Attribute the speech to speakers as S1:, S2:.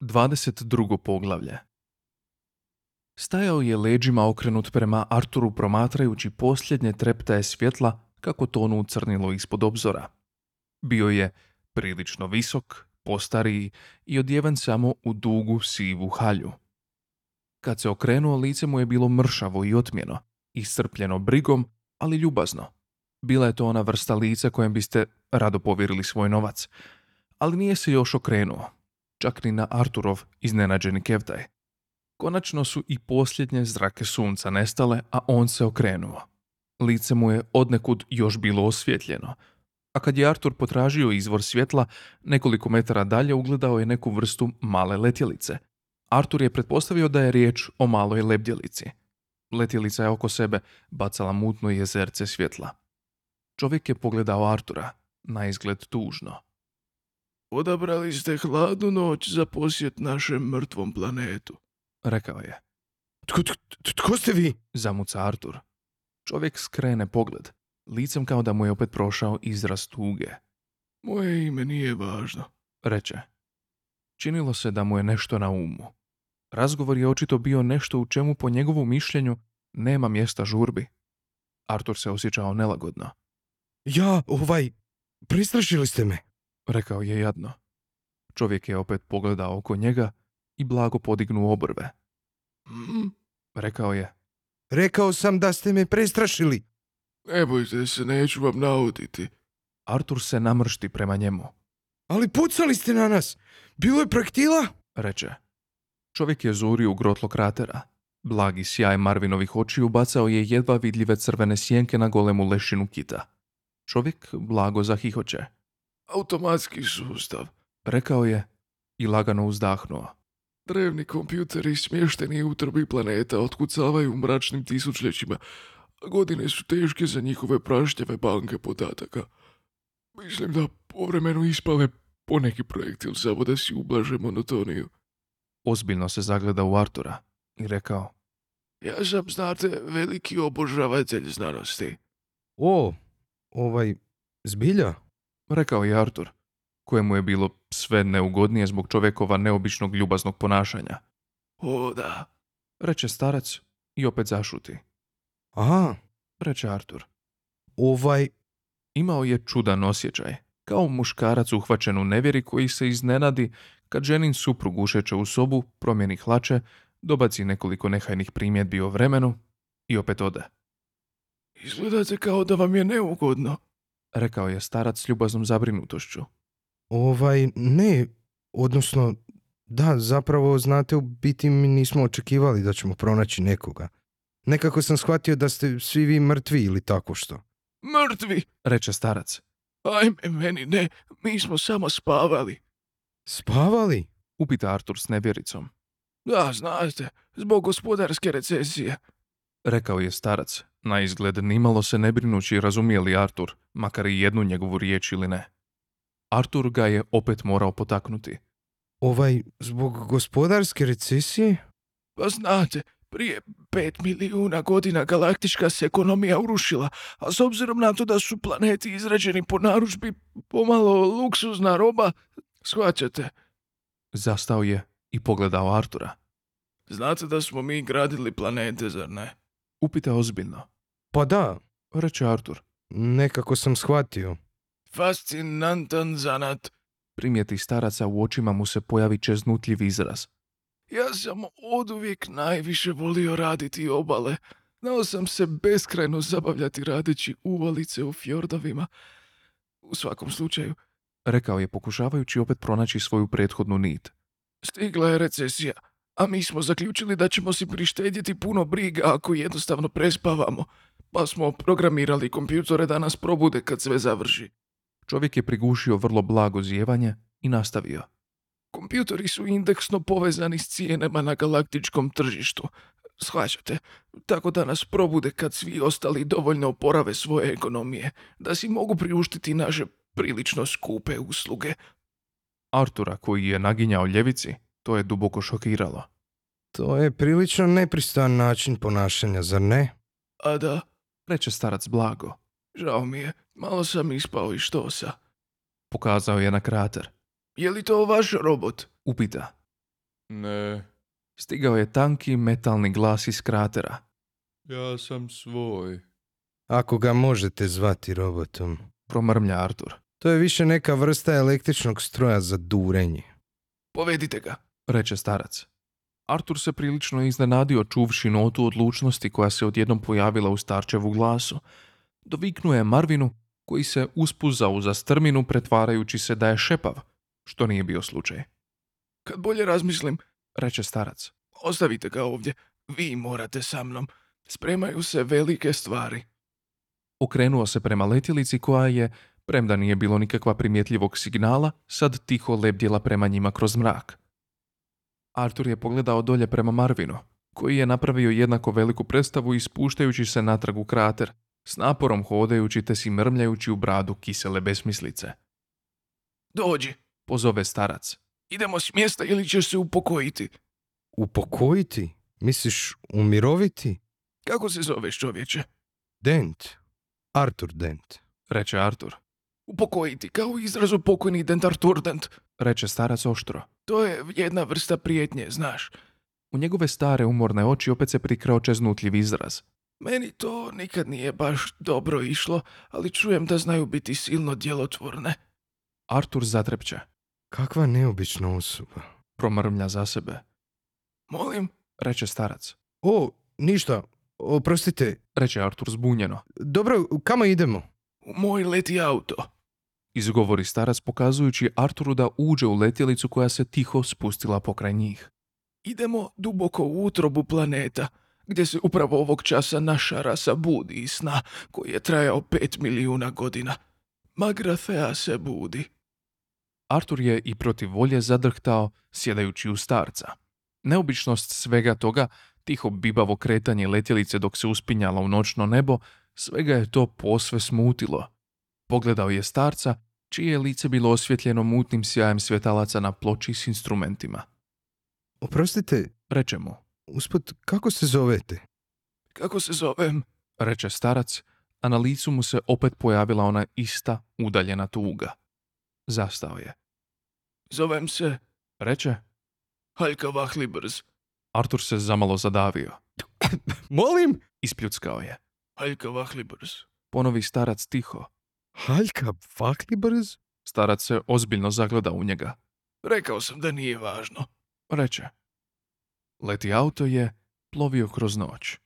S1: 22. poglavlje Stajao je leđima okrenut prema Arturu promatrajući posljednje treptaje svjetla kako to ono ucrnilo ispod obzora. Bio je prilično visok, postariji i odjeven samo u dugu sivu halju. Kad se okrenuo, lice mu je bilo mršavo i otmjeno, iscrpljeno brigom, ali ljubazno. Bila je to ona vrsta lica kojem biste rado povjerili svoj novac. Ali nije se još okrenuo, čak ni na Arturov iznenađeni kevtaj. Konačno su i posljednje zrake sunca nestale, a on se okrenuo. Lice mu je odnekud još bilo osvjetljeno, a kad je Artur potražio izvor svjetla, nekoliko metara dalje ugledao je neku vrstu male letjelice. Artur je pretpostavio da je riječ o maloj lebdjelici. Letjelica je oko sebe bacala mutno jezerce svjetla. Čovjek je pogledao Artura, na izgled tužno.
S2: Odabrali ste hladnu noć za posjet našem mrtvom planetu.
S1: Rekao je.
S3: Tko, tko, tko ste vi?
S1: Zamuca Artur. Čovjek skrene pogled, licem kao da mu je opet prošao izraz tuge.
S2: Moje ime nije važno.
S1: Reče. Činilo se da mu je nešto na umu. Razgovor je očito bio nešto u čemu po njegovu mišljenju nema mjesta žurbi. Artur se osjećao nelagodno.
S3: Ja, ovaj, pristrašili ste me.
S1: Rekao je jadno. Čovjek je opet pogledao oko njega i blago podignuo obrve.
S2: Mm,
S1: Rekao je,
S3: Rekao sam da ste me prestrašili.
S2: Ne bojte se, neću vam nauditi.
S1: Artur se namršti prema njemu.
S3: Ali pucali ste na nas. Bilo je projektila?
S1: reče. Čovjek je zurio u grotlo kratera. Blagi sjaj Marvinovih očiju bacao je jedva vidljive crvene sjenke na golemu lešinu kita. Čovjek blago zahihoće.
S2: Automatski sustav.
S1: Rekao je i lagano uzdahnuo.
S2: Drevni kompjuteri smješteni u trbi planeta otkucavaju u mračnim tisućljećima. a Godine su teške za njihove praštjave banke podataka. Mislim da povremeno ispale poneki projektil samo da si ublaže monotoniju.
S1: Ozbiljno se zagleda u Artura i rekao,
S2: Ja sam, znate, veliki obožavatelj znanosti.
S3: O, ovaj, zbilja?
S1: rekao je Artur, kojemu je bilo sve neugodnije zbog čovjekova neobičnog ljubaznog ponašanja.
S2: O da,
S1: Reče starac i opet zašuti.
S3: Aha,
S1: Reče Artur.
S3: ovaj,
S1: Imao je čudan osjećaj, kao muškarac uhvaćen u nevjeri koji se iznenadi kad ženin suprug ušeće u sobu, promijeni hlače, dobaci nekoliko nehajnih primjedbi o vremenu i opet ode.
S2: izgledate kao da vam je neugodno.
S1: Rekao je starac s ljubaznom zabrinutošću.
S3: ovaj, ne, odnosno, da, zapravo, znate, u biti mi nismo očekivali da ćemo pronaći nekoga. Nekako sam shvatio da ste svi vi mrtvi ili tako što.
S2: Mrtvi!
S1: Reče starac.
S2: Ajme, meni ne, mi smo samo spavali.
S3: Spavali?
S1: Upita Artur s nevjericom.
S2: Da, znate, zbog gospodarske recesije.
S1: Rekao je starac, na izgled nimalo se ne brinući razumije li Artur, makar i jednu njegovu riječ ili ne. Artur ga je opet morao potaknuti.
S3: Ovaj, zbog gospodarske recesije?
S2: Pa znate, prije pet milijuna godina galaktička se ekonomija urušila, a s obzirom na to da su planeti izrađeni po naručbi pomalo luksuzna roba, shvaćate.
S1: Zastao je i pogledao Artura.
S2: Znate da smo mi gradili planete, zar ne?
S1: Upita ozbiljno.
S3: Pa da,
S1: Reče Artur.
S3: nekako sam shvatio.
S2: Fascinantan zanat.
S1: Primijeti staraca u očima mu se pojavi čeznutljiv izraz.
S2: Ja sam oduvijek najviše volio raditi obale. Znao sam se beskrajno zabavljati radeći uvalice u fjordovima. U svakom slučaju,
S1: Rekao je pokušavajući opet pronaći svoju prethodnu nit.
S2: stigla je recesija, a mi smo zaključili da ćemo si prištedjeti puno briga ako jednostavno prespavamo. Pa smo programirali kompjutore da nas probude kad sve završi.
S1: Čovjek je prigušio vrlo blago zijevanje i nastavio.
S2: Kompjutori su indeksno povezani s cijenama na galaktičkom tržištu. Shvaćate, tako da nas probude kad svi ostali dovoljno oporave svoje ekonomije, da si mogu priuštiti naše prilično skupe usluge.
S1: Artura, koji je naginjao ljevici, to je duboko šokiralo.
S3: To je prilično nepristan način ponašanja, zar ne?
S2: A da,
S1: Reče starac blago.
S2: žao mi je, malo sam ispao i što sa.
S1: Pokazao je na krater.
S2: Je li to vaš robot?
S1: Upita.
S4: Ne,
S1: Stigao je tanki metalni glas iz kratera.
S4: ja sam svoj.
S3: Ako ga možete zvati robotom.
S1: Promrmlja Artur.
S3: To je više neka vrsta električnog stroja za durenje.
S1: Povedite ga, reče starac. Artur se prilično iznenadio čuvši notu odlučnosti koja se odjednom pojavila u starčevu glasu. Doviknuo je Marvinu, koji se uspuzao za strminu pretvarajući se da je šepav, što nije bio slučaj.
S2: Kad bolje razmislim,
S1: Reče starac.
S2: ostavite ga ovdje. Vi morate sa mnom. Spremaju se velike stvari.
S1: Okrenuo se prema letjelici koja je, premda nije bilo nikakva primjetljivog signala, sad tiho lebdjela prema njima kroz mrak. Artur je pogledao dolje prema Marvinu, koji je napravio jednako veliku predstavu ispuštajući se natrag u krater, s naporom hodajući te si mrmljajući u bradu kisele besmislice.
S2: Dođi,
S1: Pozove starac.
S2: idemo s mjesta ili ćeš se upokojiti.
S3: Upokojiti? Misliš umiroviti?
S2: Kako se zoveš čovječe?
S3: Dent. Artur Dent.
S1: Reče Artur.
S2: Upokojiti, kao u izrazu pokojni dentarturdent.
S1: Reče starac oštro.
S2: To je jedna vrsta prijetnje, znaš.
S1: U njegove stare umorne oči opet se prikrao čeznutljiv izraz.
S2: Meni to nikad nije baš dobro išlo, ali čujem da znaju biti silno djelotvorne.
S1: Artur zatrepće.
S3: Kakva neobična osoba.
S1: Promrmlja za sebe.
S2: Molim,
S1: Reče starac.
S3: O, ništa. Oprostite.
S1: Reče Artur zbunjeno.
S3: Dobro, kamo idemo?
S2: u moj leti auto.
S1: Izgovori starac pokazujući Arturu da uđe u letjelicu koja se tiho spustila pokraj njih.
S2: Idemo duboko u utrobu planeta, gdje se upravo ovog časa naša rasa budi iz sna koji je trajao pet milijuna godina. Magrathea se budi.
S1: Artur je i protiv volje zadrhtao, sjedajući u starca. Neobičnost svega toga, tiho bibavo kretanje letjelice dok se uspinjala u noćno nebo, svega je to posve smutilo. Pogledao je starca, čije je lice bilo osvjetljeno mutnim sjajem svjetalaca na ploči s instrumentima.
S3: Oprostite,
S1: Reče mu,
S3: usput, kako se zovete?
S2: Kako se zovem?
S1: reče starac, a na licu mu se opet pojavila ona ista udaljena tuga. Zastao je.
S2: Zovem se
S1: Reče,
S2: Haljka Vahlibrz.
S1: Artur se zamalo zadavio.
S3: Molim?
S1: Ispljuckao je.
S2: Haljka Vahlibrz.
S1: Ponovi starac tiho.
S3: Haljka Faklibrz?
S1: Starac se ozbiljno zagleda u njega.
S2: Rekao sam da nije važno.
S1: Reče. Leti auto je plovio kroz noć.